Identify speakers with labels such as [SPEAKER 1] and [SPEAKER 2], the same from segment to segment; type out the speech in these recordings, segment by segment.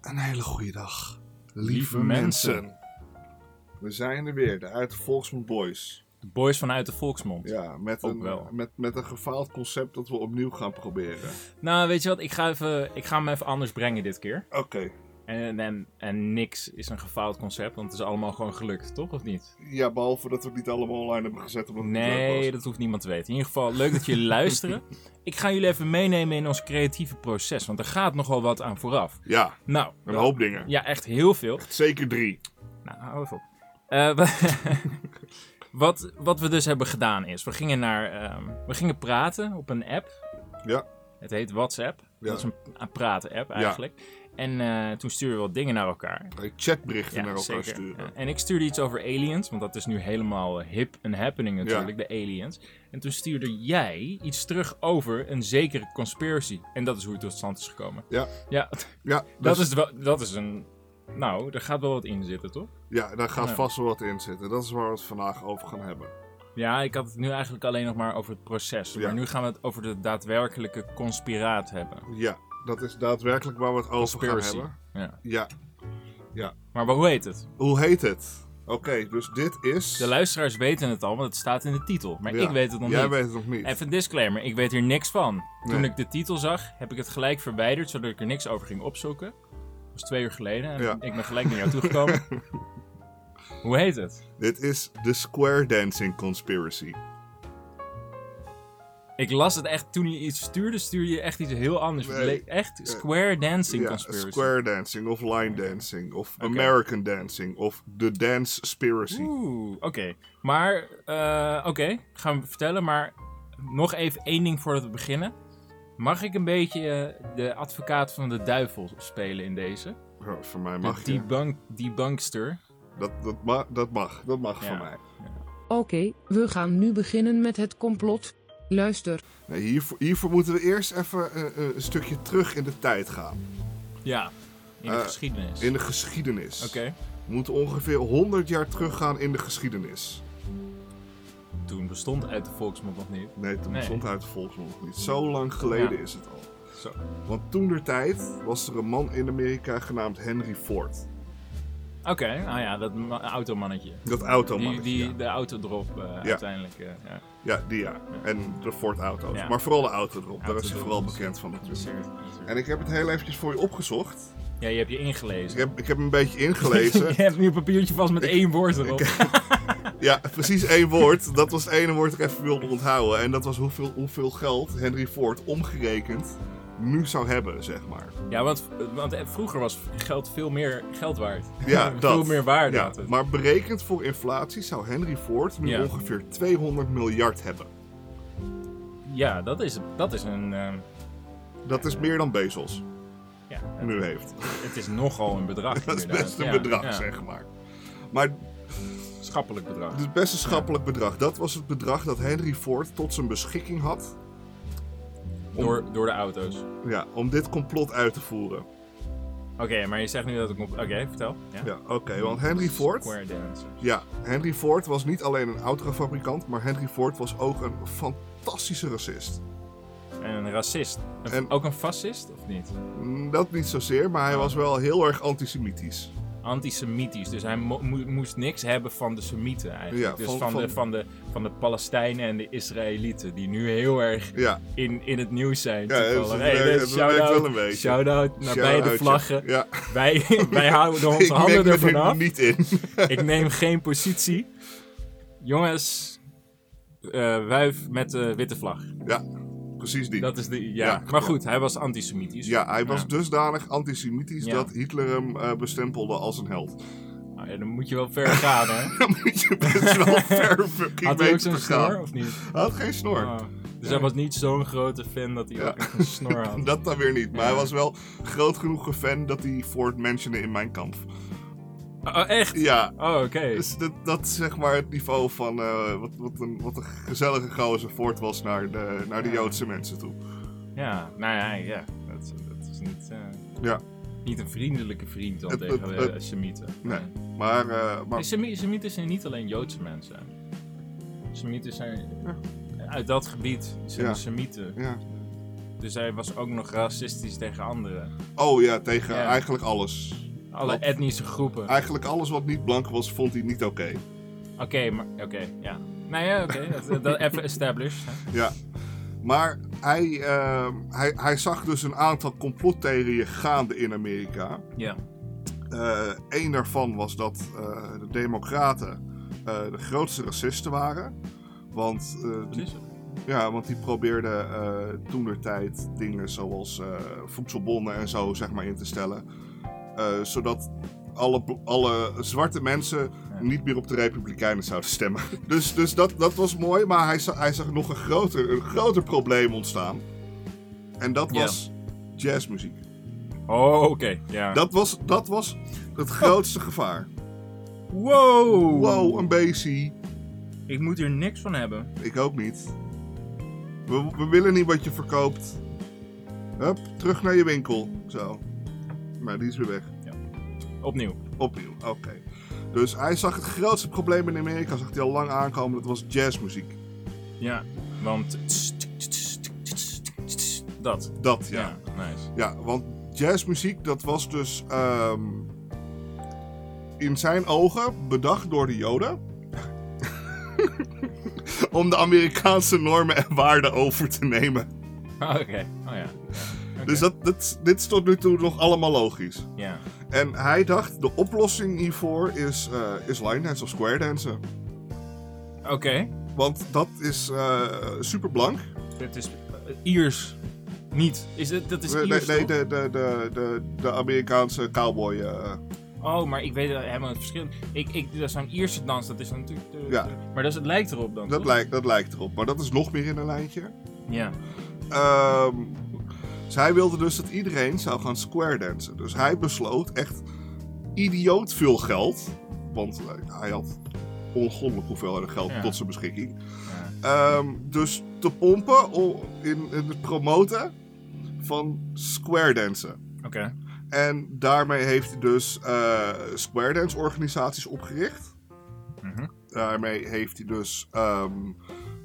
[SPEAKER 1] Een hele goede dag. Lieve,
[SPEAKER 2] Lieve
[SPEAKER 1] mensen.
[SPEAKER 2] mensen.
[SPEAKER 1] We zijn er weer, de Uit de Volksmond Boys.
[SPEAKER 2] De boys vanuit de volksmond.
[SPEAKER 1] Ja, met
[SPEAKER 2] Ook
[SPEAKER 1] een,
[SPEAKER 2] wel.
[SPEAKER 1] Met, met een gefaald concept dat we opnieuw gaan proberen.
[SPEAKER 2] Nou, weet je wat? Ik ga, even, ik ga hem even anders brengen dit keer.
[SPEAKER 1] Oké,
[SPEAKER 2] En, en, en niks is een gefaald concept, want het is allemaal gewoon gelukt, toch? Of niet?
[SPEAKER 1] ja, behalve dat we het niet allemaal online hebben gezet omdat het niet leuk
[SPEAKER 2] Nee,
[SPEAKER 1] was.
[SPEAKER 2] dat hoeft niemand te weten. In ieder geval, leuk dat jullie luisteren. Ik ga jullie even meenemen in ons creatieve proces, want er gaat nogal wat aan vooraf.
[SPEAKER 1] Ja,
[SPEAKER 2] Nou,
[SPEAKER 1] een
[SPEAKER 2] dat-
[SPEAKER 1] hoop dingen.
[SPEAKER 2] ja, echt heel veel.
[SPEAKER 1] Zeker drie.
[SPEAKER 2] Nou, hou even op. Eh, wa- wat, wat we dus hebben gedaan is, we gingen, naar, ehm, we gingen praten op een app.
[SPEAKER 1] Ja.
[SPEAKER 2] Het heet WhatsApp.
[SPEAKER 1] Ja.
[SPEAKER 2] Dat is een een praten-app eigenlijk. En eh, toen stuurden we wat dingen naar elkaar.
[SPEAKER 1] Hey, Chatberichten
[SPEAKER 2] Ja,
[SPEAKER 1] naar elkaar
[SPEAKER 2] zeker.
[SPEAKER 1] sturen.
[SPEAKER 2] Ja. En ik stuurde iets over aliens, want dat is nu helemaal eh, hip en happening natuurlijk, de aliens. En toen stuurde jij iets terug over een zekere conspiracy. En dat is hoe het tot stand is gekomen.
[SPEAKER 1] Ja.
[SPEAKER 2] Ja,
[SPEAKER 1] Ja,
[SPEAKER 2] dat,
[SPEAKER 1] dus-
[SPEAKER 2] is, wel- dat is een... Nou, daar gaat wel wat in zitten, toch?
[SPEAKER 1] ja daar gaat
[SPEAKER 2] Ja.
[SPEAKER 1] vast wel wat in zitten. Dat is waar we het vandaag over gaan hebben.
[SPEAKER 2] Ja, ik had het nu eigenlijk alleen nog maar over het proces.
[SPEAKER 1] Ja.
[SPEAKER 2] Maar nu gaan we het over de daadwerkelijke conspiraat hebben.
[SPEAKER 1] Ja, dat is daadwerkelijk waar we het over gaan
[SPEAKER 2] Conspiracy.
[SPEAKER 1] hebben.
[SPEAKER 2] Ja.
[SPEAKER 1] Ja,
[SPEAKER 2] Maar wa- hoe heet het?
[SPEAKER 1] hoe heet het? Oké, dus dit is...
[SPEAKER 2] De luisteraars weten het al, want het staat in de titel. Maar
[SPEAKER 1] Ja.
[SPEAKER 2] ik weet het nog
[SPEAKER 1] Jij
[SPEAKER 2] niet.
[SPEAKER 1] weet het nog niet.
[SPEAKER 2] Even een disclaimer, ik weet hier niks van. Toen
[SPEAKER 1] Nee.
[SPEAKER 2] ik de titel zag, heb ik het gelijk verwijderd, zodat ik er niks over ging opzoeken. Dat was twee uur geleden en
[SPEAKER 1] Ja.
[SPEAKER 2] ik ben gelijk naar jou toegekomen. hoe heet het?
[SPEAKER 1] Dit is de Square Dancing Conspiracy.
[SPEAKER 2] Ik las het echt, toen je iets stuurde, stuurde je echt iets heel anders. Het
[SPEAKER 1] Nee.
[SPEAKER 2] leek Echt Square Dancing Conspiracy.
[SPEAKER 1] Square Dancing of Line Dancing of American Dancing of The Dance Spiracy.
[SPEAKER 2] Oeh, oké. Maar, eh, oké, gaan we vertellen. Maar nog even één ding voordat we beginnen. Mag ik een beetje eh, de advocaat van de duivel spelen in deze?
[SPEAKER 1] Oh, voor mij
[SPEAKER 2] De
[SPEAKER 1] mag je.
[SPEAKER 2] debunk, debunkster.
[SPEAKER 1] Dat, dat, ma- dat mag, dat mag
[SPEAKER 2] Ja.
[SPEAKER 1] voor mij.
[SPEAKER 3] Oké, we gaan nu beginnen met het complot. Luister,
[SPEAKER 1] Nee, hiervoor, hiervoor moeten we eerst even eh, eh, een stukje terug in de tijd gaan.
[SPEAKER 2] Ja, in de
[SPEAKER 1] Eh,
[SPEAKER 2] geschiedenis.
[SPEAKER 1] In de geschiedenis.
[SPEAKER 2] Oké,
[SPEAKER 1] We moeten ongeveer 100 jaar teruggaan in de geschiedenis.
[SPEAKER 2] toen bestond uit de volksmond nog niet.
[SPEAKER 1] Nee, toen
[SPEAKER 2] Nee.
[SPEAKER 1] stond uit de volksmond nog niet. Zo lang geleden
[SPEAKER 2] Ja.
[SPEAKER 1] is het al.
[SPEAKER 2] Zo.
[SPEAKER 1] Want toen der tijd was er een man in Amerika genaamd Henry Ford.
[SPEAKER 2] Oké, nou ja, dat ma- automannetje.
[SPEAKER 1] Dat automannetje.
[SPEAKER 2] Die, die,
[SPEAKER 1] ja.
[SPEAKER 2] De autodrop eh
[SPEAKER 1] Ja.
[SPEAKER 2] uiteindelijk. eh, ja.
[SPEAKER 1] Ja, die ja. En de Ford auto's.
[SPEAKER 2] Ja.
[SPEAKER 1] Maar vooral de auto erop. Daar is hij
[SPEAKER 2] Autodrome.
[SPEAKER 1] vooral bekend van natuurlijk.
[SPEAKER 2] Sir.
[SPEAKER 1] En ik heb het heel eventjes voor je opgezocht.
[SPEAKER 2] Ja, je hebt je
[SPEAKER 1] Ik
[SPEAKER 2] ingelezen.
[SPEAKER 1] heb, ik heb een beetje ingelezen.
[SPEAKER 2] je hebt nu een papiertje vast met één woord erop.
[SPEAKER 1] Ja, precies één woord. Dat was het ene woord dat ik even wilde onthouden. En dat was hoeveel, hoeveel geld Henry Ford omgerekend nu zou hebben, zeg maar.
[SPEAKER 2] Ja, want, want eh, vroeger was geld veel meer geld waard.
[SPEAKER 1] Ja, dat.
[SPEAKER 2] Veel meer waarde.
[SPEAKER 1] Ja,
[SPEAKER 2] had het.
[SPEAKER 1] maar berekend voor inflatie zou Henry Ford nu
[SPEAKER 2] Ja.
[SPEAKER 1] ongeveer 200 miljard hebben.
[SPEAKER 2] ja dat, is, dat is een... ehm,
[SPEAKER 1] Dat is meer dan Bezos
[SPEAKER 2] ja, het,
[SPEAKER 1] nu heeft.
[SPEAKER 2] het is nogal een bedrag.
[SPEAKER 1] Dat is
[SPEAKER 2] inderdaad.
[SPEAKER 1] best een
[SPEAKER 2] Ja,
[SPEAKER 1] bedrag,
[SPEAKER 2] ja.
[SPEAKER 1] zeg Dus- maar. Maar
[SPEAKER 2] Schappelijk bedrag.
[SPEAKER 1] Het is best een schappelijk bedrag. Dat was het bedrag dat Henry Ford tot zijn beschikking had
[SPEAKER 2] Door, door de auto's. Oké,
[SPEAKER 1] ja, om dit complot uit te voeren.
[SPEAKER 2] maar je zegt nu dat ik... op- Oké, vertel. Ja.
[SPEAKER 1] Ja, oké, want Henry Ford.
[SPEAKER 2] Square dancer.
[SPEAKER 1] Ja, Henry Ford was niet alleen een autofabrikant, maar Henry Ford was ook een fantastische racist.
[SPEAKER 2] En een racist. Een-
[SPEAKER 1] En-
[SPEAKER 2] Ook een fascist, of niet?
[SPEAKER 1] Mm, Dat niet zozeer, maar hij was wel heel erg antisemitisch.
[SPEAKER 2] Antisemitisch. Dus hij mo- mo- moest niks hebben van de Semieten eigenlijk.
[SPEAKER 1] Ja,
[SPEAKER 2] dus
[SPEAKER 1] van-
[SPEAKER 2] van, de,
[SPEAKER 1] van-
[SPEAKER 2] van, de, van de Palestijnen en de Israëlieten. Die nu heel erg
[SPEAKER 1] Ja,
[SPEAKER 2] in, in het nieuws zijn.
[SPEAKER 1] Ja,
[SPEAKER 2] toevallig.
[SPEAKER 1] dat-
[SPEAKER 2] Hey,
[SPEAKER 1] dat-
[SPEAKER 2] dus
[SPEAKER 1] dat
[SPEAKER 2] shout-out-
[SPEAKER 1] werkt wel een beetje.
[SPEAKER 2] Shout-out naar beide
[SPEAKER 1] shout-outje.
[SPEAKER 2] vlaggen.
[SPEAKER 1] Ja.
[SPEAKER 2] Wij, wij houden onze
[SPEAKER 1] ik
[SPEAKER 2] handen
[SPEAKER 1] meng me
[SPEAKER 2] ervan
[SPEAKER 1] er
[SPEAKER 2] af.
[SPEAKER 1] niet in.
[SPEAKER 2] Ik neem geen positie. Jongens, eh, wuif met de witte vlag.
[SPEAKER 1] ja, precies die.
[SPEAKER 2] Dat is de. Ja,
[SPEAKER 1] Ja,
[SPEAKER 2] maar goed, hij was antisemitisch.
[SPEAKER 1] Ja, hij was
[SPEAKER 2] Ja.
[SPEAKER 1] dusdanig antisemitisch
[SPEAKER 2] Ja.
[SPEAKER 1] dat Hitler hem eh, bestempelde als een held.
[SPEAKER 2] Nou ja, dan moet je wel ver gaan, hè?
[SPEAKER 1] Dan moet je best wel ver fucking
[SPEAKER 2] Had hij ook
[SPEAKER 1] weten
[SPEAKER 2] zo'n
[SPEAKER 1] te gaan.
[SPEAKER 2] snor of niet?
[SPEAKER 1] Hij had geen snor.
[SPEAKER 2] Oh. Dus hij was niet zo'n grote fan dat hij
[SPEAKER 1] Ja.
[SPEAKER 2] ook echt een snor had.
[SPEAKER 1] Dat dan weer niet. Maar hij was wel groot genoeg een fan dat hij Ford mentionde in mijn kamp.
[SPEAKER 2] Oh, echt?
[SPEAKER 1] Ja.
[SPEAKER 2] Oh, oké.
[SPEAKER 1] Dus dat, dat is zeg maar het niveau van eh, wat, wat, een, wat een gezellige gozer Ford was naar de, naar de
[SPEAKER 2] Ja.
[SPEAKER 1] Joodse mensen toe.
[SPEAKER 2] Ja, nou ja, ja. Dat, is- dat is niet. eh,
[SPEAKER 1] Ja.
[SPEAKER 2] Niet een vriendelijke vriend dan
[SPEAKER 1] Het-
[SPEAKER 2] tegen
[SPEAKER 1] het-
[SPEAKER 2] de
[SPEAKER 1] het-
[SPEAKER 2] Semieten.
[SPEAKER 1] Nee. Maar, eh, maar
[SPEAKER 2] Nee, Semi- Semieten zijn niet alleen Joodse mensen. Semieten zijn. Uit dat gebied zijn
[SPEAKER 1] Ja.
[SPEAKER 2] Semieten.
[SPEAKER 1] ja.
[SPEAKER 2] Dus hij was ook nog racistisch tegen anderen.
[SPEAKER 1] Oh ja, tegen
[SPEAKER 2] Ja.
[SPEAKER 1] eigenlijk alles.
[SPEAKER 2] Alle
[SPEAKER 1] Klopt.
[SPEAKER 2] etnische groepen.
[SPEAKER 1] Eigenlijk alles wat niet blank was, vond hij niet oké.
[SPEAKER 2] Oké, maar oké, ja. Nou ja, oké. dat, dat even established. hè.
[SPEAKER 1] Ja. Maar hij, ehm, hij, hij zag dus een aantal complottheorieën gaande in Amerika.
[SPEAKER 2] Ja.
[SPEAKER 1] Eh Eén daarvan was dat eh, de Democraten eh, de grootste racisten waren. Want, eh,
[SPEAKER 2] Wat
[SPEAKER 1] die,
[SPEAKER 2] is het?
[SPEAKER 1] ja, want die probeerden eh toen der tijd dingen zoals eh, voedselbonnen en zo zeg maar, in te stellen. Eh, zodat alle, bl- alle zwarte mensen
[SPEAKER 2] Ja.
[SPEAKER 1] niet meer op de Republikeinen zouden stemmen. Dus, dus dat, dat was mooi, maar hij, za- hij zag nog een groter, een groter probleem ontstaan. En dat
[SPEAKER 2] Ja.
[SPEAKER 1] was jazzmuziek.
[SPEAKER 2] Oh, oké. Ja.
[SPEAKER 1] Dat was, dat was het grootste gevaar.
[SPEAKER 2] Wow.
[SPEAKER 1] Wow, een basie.
[SPEAKER 2] Ik moet hier niks van hebben.
[SPEAKER 1] Ik ook niet. We, we willen niet wat je verkoopt. Hup, terug naar je winkel. Zo. Maar die is weer weg.
[SPEAKER 2] Opnieuw.
[SPEAKER 1] Opnieuw, oké. Dus hij zag het grootste probleem in Amerika, zag hij al lang aankomen, dat was jazzmuziek.
[SPEAKER 2] Ja. Want. Dat.
[SPEAKER 1] Dat, ja.
[SPEAKER 2] Ja, nice.
[SPEAKER 1] Ja, want jazzmuziek, dat was dus ehm, in zijn ogen bedacht door de Joden. Om de Amerikaanse normen en waarden over te nemen.
[SPEAKER 2] Ah, Oké. Oh ja.
[SPEAKER 1] Dus dat, dat, dit is tot nu toe nog allemaal logisch.
[SPEAKER 2] Ja.
[SPEAKER 1] En hij dacht, de oplossing hiervoor is, eh is line dance of square dansen.
[SPEAKER 2] Oké.
[SPEAKER 1] Want dat is eh super blank.
[SPEAKER 2] Dit is eh, Iers. Niet. Is het, dat is
[SPEAKER 1] Nee,
[SPEAKER 2] Iers.
[SPEAKER 1] nee, nee,
[SPEAKER 2] toch?
[SPEAKER 1] de, de, de, de, de Amerikaanse cowboy. eh,
[SPEAKER 2] Oh, maar ik weet helemaal het verschil. Ik, ik, dat is zo'n Ierse dans, dat is natuurlijk. eh,
[SPEAKER 1] Ja.
[SPEAKER 2] Maar dat is, het lijkt erop dan.
[SPEAKER 1] dat,
[SPEAKER 2] toch?
[SPEAKER 1] lijkt, dat lijkt erop. Maar dat is nog meer in een lijntje.
[SPEAKER 2] Ja.
[SPEAKER 1] Ehm, dus hij wilde dus dat iedereen zou gaan square dansen. Dus hij besloot echt idioot veel geld. Want eh, hij had ongoddelijk hoeveelheden geld
[SPEAKER 2] Ja.
[SPEAKER 1] tot zijn beschikking.
[SPEAKER 2] ja.
[SPEAKER 1] Ehm, dus te pompen o- in, in het promoten van square dansen.
[SPEAKER 2] Oké.
[SPEAKER 1] En daarmee heeft hij dus eh, square dance organisaties opgericht.
[SPEAKER 2] Mhm.
[SPEAKER 1] Daarmee heeft hij dus ehm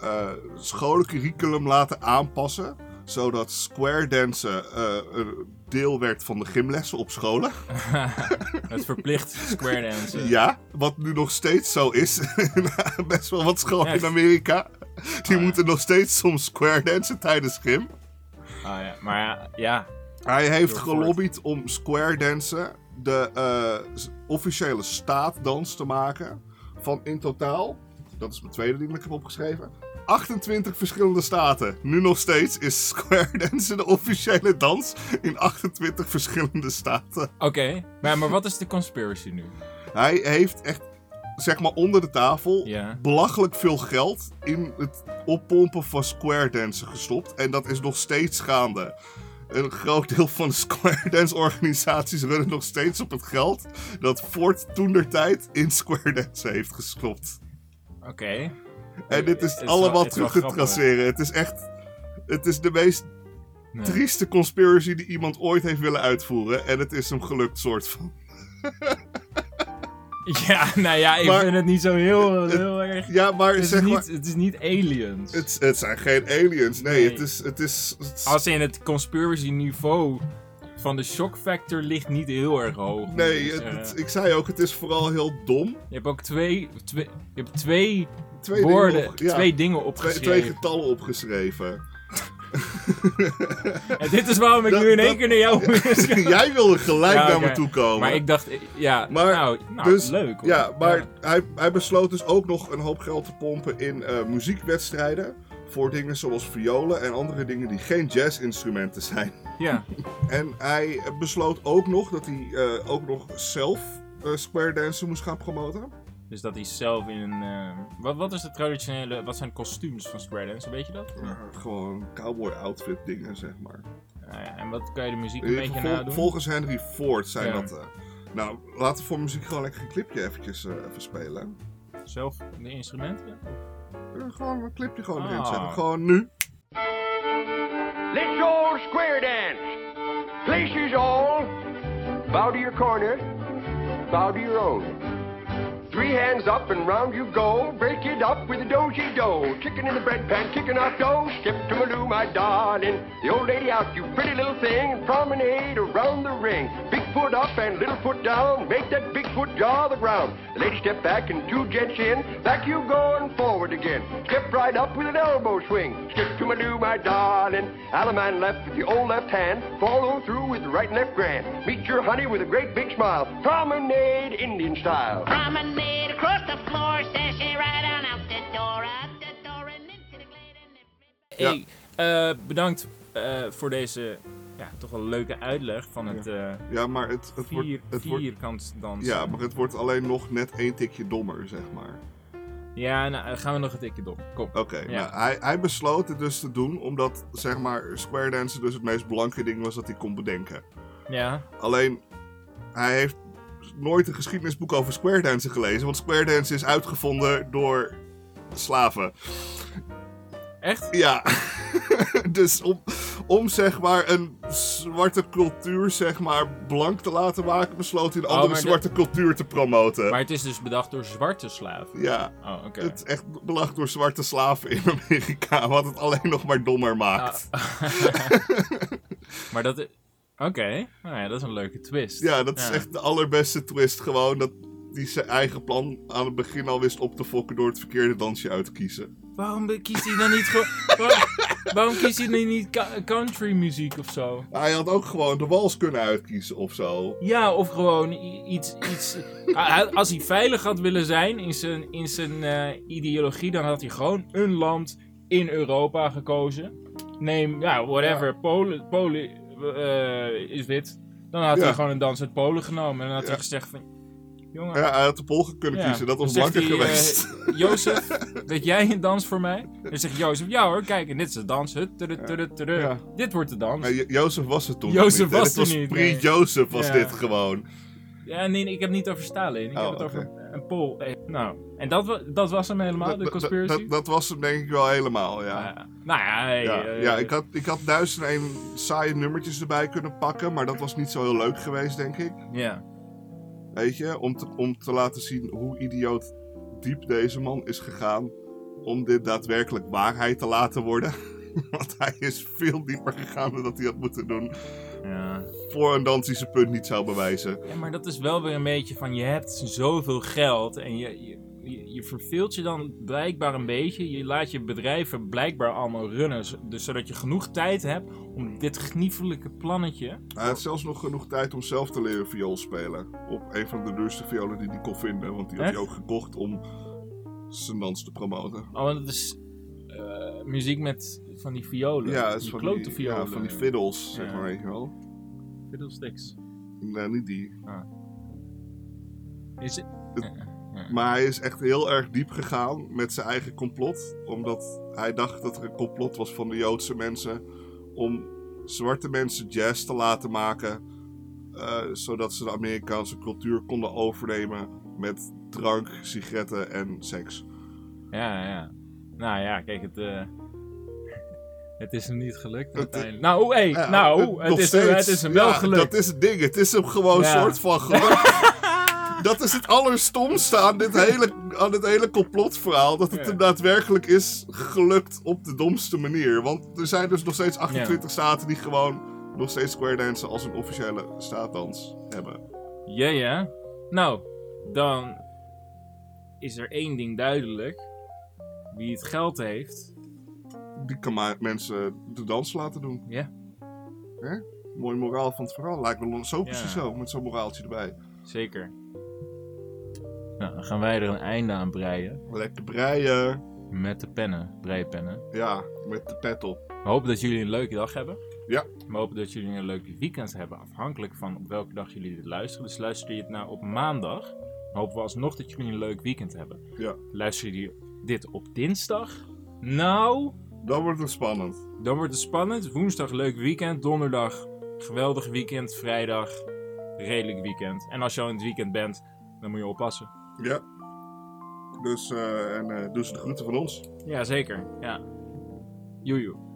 [SPEAKER 1] eh, scholencurriculum laten aanpassen. Zodat square dansen eh, een deel werd van de gymlessen op scholen.
[SPEAKER 2] het verplicht square dance.
[SPEAKER 1] Ja, wat nu nog steeds zo is. in Best wel wat scholen
[SPEAKER 2] Echt?
[SPEAKER 1] in Amerika. Die
[SPEAKER 2] Ah, ja.
[SPEAKER 1] moeten nog steeds soms square dansen tijdens gym.
[SPEAKER 2] Ah, ja. Maar ja, ja.
[SPEAKER 1] Hij heeft
[SPEAKER 2] Heel
[SPEAKER 1] gelobbyd om square dansen de eh, s- officiële staatdans te maken. Van in totaal, dat is mijn tweede ding dat ik heb opgeschreven. 28 verschillende staten. Nu nog steeds is square dansen de officiële dans in 28 verschillende staten.
[SPEAKER 2] Oké. Maar, maar wat is de conspiracy nu?
[SPEAKER 1] Hij heeft echt, zeg maar onder de tafel,
[SPEAKER 2] Ja.
[SPEAKER 1] belachelijk veel geld in het oppompen van square dansen gestopt. En dat is nog steeds gaande. Een groot deel van de square dance organisaties runnen nog steeds op het geld dat Ford toen der tijd in square dance heeft gestopt.
[SPEAKER 2] Oké.
[SPEAKER 1] En dit is
[SPEAKER 2] Het is wel-
[SPEAKER 1] allemaal
[SPEAKER 2] het is wel
[SPEAKER 1] terug te
[SPEAKER 2] grappig.
[SPEAKER 1] traceren. Het is echt, het is de meest
[SPEAKER 2] Nee.
[SPEAKER 1] trieste conspiracy die iemand ooit heeft willen uitvoeren. En het is hem gelukt, soort van.
[SPEAKER 2] Ja, nou ja, ik
[SPEAKER 1] Maar-
[SPEAKER 2] vind het niet zo heel, heel erg.
[SPEAKER 1] Ja, maar
[SPEAKER 2] Het is,
[SPEAKER 1] zeg
[SPEAKER 2] niet,
[SPEAKER 1] maar,
[SPEAKER 2] het is niet aliens.
[SPEAKER 1] het, het zijn geen aliens. Nee,
[SPEAKER 2] Nee.
[SPEAKER 1] Het, is, het is... het is-
[SPEAKER 2] Als in het conspiracy niveau van de shock factor ligt niet heel erg hoog.
[SPEAKER 1] Nee,
[SPEAKER 2] Dus,
[SPEAKER 1] het-
[SPEAKER 2] eh,
[SPEAKER 1] het- ik zei ook, het is vooral heel dom.
[SPEAKER 2] je hebt ook twee, twee, je hebt twee,
[SPEAKER 1] Twee dingen
[SPEAKER 2] woorden,
[SPEAKER 1] op- ja,
[SPEAKER 2] twee dingen
[SPEAKER 1] twee,
[SPEAKER 2] opgeschreven.
[SPEAKER 1] twee getallen opgeschreven.
[SPEAKER 2] En dit is waarom ik
[SPEAKER 1] Dat-
[SPEAKER 2] nu in één
[SPEAKER 1] dat-
[SPEAKER 2] keer naar jou moest.
[SPEAKER 1] Jij wilde gelijk
[SPEAKER 2] Ja,
[SPEAKER 1] naar
[SPEAKER 2] oké.
[SPEAKER 1] me toe komen.
[SPEAKER 2] Maar ik dacht, ja,
[SPEAKER 1] Maar,
[SPEAKER 2] nou, nou,
[SPEAKER 1] dus,
[SPEAKER 2] leuk hoor.
[SPEAKER 1] Ja, maar Hij, hij besloot dus ook nog een hoop geld te pompen in eh, muziekwedstrijden. Voor dingen zoals violen en andere dingen die geen jazzinstrumenten zijn.
[SPEAKER 2] Ja,
[SPEAKER 1] En hij eh, besloot ook nog dat hij eh, ook nog zelf eh, square dansen moest gaan promoten.
[SPEAKER 2] dus dat hij zelf in een... eh, wat, wat is de traditionele... Wat zijn de kostuums van square dance, weet je dat?
[SPEAKER 1] Eh, gewoon cowboy outfit dingen, zeg maar.
[SPEAKER 2] Nou ja, en wat kan je de muziek een
[SPEAKER 1] Eh,
[SPEAKER 2] beetje
[SPEAKER 1] vol-
[SPEAKER 2] nadoen?
[SPEAKER 1] Volgens Henry Ford zijn
[SPEAKER 2] Ja.
[SPEAKER 1] dat. eh, nou, laten we voor muziek gewoon lekker een clipje eventjes eh, even spelen.
[SPEAKER 2] Zelf de instrumenten?
[SPEAKER 1] Eh, gewoon een clipje gewoon
[SPEAKER 2] Ah.
[SPEAKER 1] erin zetten. Gewoon nu.
[SPEAKER 4] Let's all square dance. Places all. Bow to your corner. Bow to your own. Three hands up and round you go. Break it up with a doji do. Chicken in the bread pan, kicking out dough. Skip to Maloo, my darling. The old lady out, you pretty little thing. And promenade around the ring. Big foot up and little foot down. Make that big foot jaw the ground. The lady step back and two jets in. Back you go and forward again. Step right up with an elbow swing. Skip to Maloo, my darling. Alaman left with the old left hand. Follow through with the right and left grand. Meet your honey with a great big smile. Promenade Indian style.
[SPEAKER 5] Promenade across the floor, sashay right on out the door, out the door and into the glade and the...
[SPEAKER 2] Hey, eh, bedankt eh, voor deze ja, toch wel leuke uitleg van het eh
[SPEAKER 1] Ja, maar het, het
[SPEAKER 2] vier,
[SPEAKER 1] wordt... Het wordt
[SPEAKER 2] vierkantsdansen.
[SPEAKER 1] ja, maar het wordt alleen nog net één tikje dommer, zeg maar.
[SPEAKER 2] Ja, nou, dan gaan we nog een tikje door. Kom.
[SPEAKER 1] Oké,
[SPEAKER 2] Ja.
[SPEAKER 1] nou, hij, hij besloot het dus te doen omdat, zeg maar, square dansen dus het meest belangrijke ding was dat hij kon bedenken.
[SPEAKER 2] Ja.
[SPEAKER 1] Alleen, hij heeft nooit een geschiedenisboek over square dansen gelezen, want square dansen is uitgevonden door slaven.
[SPEAKER 2] Echt?
[SPEAKER 1] Ja, dus om, om zeg maar een zwarte cultuur, zeg maar, blank te laten maken, besloot hij een
[SPEAKER 2] Oh,
[SPEAKER 1] andere
[SPEAKER 2] maar dat-
[SPEAKER 1] zwarte cultuur te promoten.
[SPEAKER 2] Maar het is dus bedacht door zwarte slaven.
[SPEAKER 1] Ja,
[SPEAKER 2] Oh, oké.
[SPEAKER 1] het is echt belachelijk door zwarte slaven in Amerika, wat het alleen nog maar dommer maakt.
[SPEAKER 2] Ah. Maar dat... i- Oké. Nou ja, dat is een leuke twist.
[SPEAKER 1] Ja, dat is echt de allerbeste twist. Gewoon dat die zijn eigen plan aan het begin al wist op te fokken door het verkeerde dansje uit te kiezen.
[SPEAKER 2] Waarom be- kiest hij dan niet gewoon... waarom, waarom kiest hij dan niet ca- country muziek of zo?
[SPEAKER 1] Hij had ook gewoon de wals kunnen uitkiezen of zo.
[SPEAKER 2] Ja, of gewoon i- iets... iets Ah, hij- als hij veilig had willen zijn in zijn, in zijn eh, ideologie, dan had hij gewoon een land in Europa gekozen. Neem, ja, whatever, Polen, Polen eh, is wit. Dan had
[SPEAKER 1] Ja.
[SPEAKER 2] hij gewoon een dans uit Polen genomen. En dan had
[SPEAKER 1] Ja.
[SPEAKER 2] hij gezegd van... Jongen,
[SPEAKER 1] Ja, hij had de Polgen kunnen
[SPEAKER 2] Ja.
[SPEAKER 1] kiezen, dat was
[SPEAKER 2] Dan zegt
[SPEAKER 1] makkelijker
[SPEAKER 2] hij, eh,
[SPEAKER 1] geweest.
[SPEAKER 2] Jozef, weet jij een dans voor mij? Dan zegt Jozef, ja hoor, kijk, en dit is de dans. Hut, tudu, tudu, tudu.
[SPEAKER 1] Ja.
[SPEAKER 2] Dit wordt de dans.
[SPEAKER 1] Maar Jo- Jozef was het toen
[SPEAKER 2] Jozef
[SPEAKER 1] nog niet, hè?
[SPEAKER 2] was
[SPEAKER 1] Dit
[SPEAKER 2] hij niet, nee.
[SPEAKER 1] Pre-Jozef was
[SPEAKER 2] Ja. Ah,
[SPEAKER 1] dit gewoon.
[SPEAKER 2] Ja, nee, nee, ik heb het niet over Stalin. Ik
[SPEAKER 1] Oh,
[SPEAKER 2] heb het
[SPEAKER 1] oké.
[SPEAKER 2] over een Pool. Eh, Nou, en dat, wa- dat was hem helemaal,
[SPEAKER 1] Dat-
[SPEAKER 2] de
[SPEAKER 1] dat-
[SPEAKER 2] conspiracy?
[SPEAKER 1] Dat, dat was hem denk ik wel helemaal, ja.
[SPEAKER 2] Ah, nou ja, hey,
[SPEAKER 1] Ja,
[SPEAKER 2] eh,
[SPEAKER 1] ja ik, had, ik had duizend en een saaie nummertjes erbij kunnen pakken, maar dat was niet zo heel leuk geweest, denk ik.
[SPEAKER 2] ja.
[SPEAKER 1] Weet je, om te, om te laten zien hoe idioot diep deze man is gegaan. Om dit daadwerkelijk waarheid te laten worden. Want hij is veel dieper gegaan dan dat hij had moeten doen.
[SPEAKER 2] Ja.
[SPEAKER 1] Voor een dans die zijn punt niet zou bewijzen.
[SPEAKER 2] Ja, maar dat is wel weer een beetje van, je hebt zoveel geld en je, je, je- je verveelt je dan blijkbaar een beetje. Je laat je bedrijven blijkbaar allemaal runnen, z- dus zodat je genoeg tijd hebt om dit gnievelijke plannetje...
[SPEAKER 1] Hij had zelfs nog genoeg tijd om zelf te leren viool spelen. Op een van de duurste violen die hij kon vinden. Want die had hij
[SPEAKER 2] Echt?
[SPEAKER 1] ook gekocht om zijn dans te promoten.
[SPEAKER 2] Oh, want het is eh, muziek met van die violen.
[SPEAKER 1] Ja, het is
[SPEAKER 2] Oh, die
[SPEAKER 1] van
[SPEAKER 2] klote
[SPEAKER 1] die,
[SPEAKER 2] violen.
[SPEAKER 1] ja, van die fiddles, zeg
[SPEAKER 2] Ja.
[SPEAKER 1] maar, weet je wel.
[SPEAKER 2] Fiddlesticks.
[SPEAKER 1] Nee, niet die.
[SPEAKER 2] Is het...
[SPEAKER 1] Maar hij is echt heel erg diep gegaan met zijn eigen complot. Omdat hij dacht dat er een complot was van de Joodse mensen. Om zwarte mensen jazz te laten maken. eh, zodat ze de Amerikaanse cultuur konden overnemen. Met drank, sigaretten en seks.
[SPEAKER 2] Ja, ja. Nou ja, kijk, het... eh, Het is hem niet gelukt
[SPEAKER 1] Het- eh,
[SPEAKER 2] uiteindelijk. Nou, oeh, hey,
[SPEAKER 1] Ja,
[SPEAKER 2] nou, het
[SPEAKER 1] nog
[SPEAKER 2] is, hem-
[SPEAKER 1] steeds.
[SPEAKER 2] het is hem wel
[SPEAKER 1] Ja,
[SPEAKER 2] gelukt.
[SPEAKER 1] Dat is het ding. Het is hem gewoon
[SPEAKER 2] Ja.
[SPEAKER 1] soort van gelukt. dat is het allerstomste aan dit hele, aan dit hele complotverhaal. Dat het
[SPEAKER 2] Ja.
[SPEAKER 1] hem daadwerkelijk is gelukt op de domste manier. Want er zijn dus nog steeds 28 staten die gewoon nog steeds square dansen als een officiële staatdans hebben.
[SPEAKER 2] Ja, ja. Nou, dan is er één ding duidelijk. Wie het geld heeft...
[SPEAKER 1] Die kan maar mensen de dans laten doen.
[SPEAKER 2] Ja.
[SPEAKER 1] Hè? Mooi moraal van het verhaal. Lijkt me nog zo
[SPEAKER 2] Ja.
[SPEAKER 1] precies zo, met zo'n moraaltje erbij.
[SPEAKER 2] Zeker. Nou, dan gaan wij er een einde aan breien.
[SPEAKER 1] Lekker breien.
[SPEAKER 2] Met de pennen, breipennen.
[SPEAKER 1] Ja, met de pet op.
[SPEAKER 2] We hopen dat jullie een leuke dag hebben.
[SPEAKER 1] Ja.
[SPEAKER 2] We hopen dat jullie een leuk weekend hebben, afhankelijk van op welke dag jullie dit luisteren. Dus luister je het nou op maandag, dan hopen we alsnog dat jullie een leuk weekend hebben.
[SPEAKER 1] Ja.
[SPEAKER 2] Luister je dit op dinsdag? Nou,
[SPEAKER 1] Dan wordt het spannend.
[SPEAKER 2] dan wordt het spannend. Woensdag leuk weekend, donderdag geweldig weekend, vrijdag redelijk weekend. En als je al in het weekend bent, dan moet je oppassen.
[SPEAKER 1] Ja. Dus, eh en eh, doe ze de groeten van ons.
[SPEAKER 2] Jazeker, ja. Joejoe.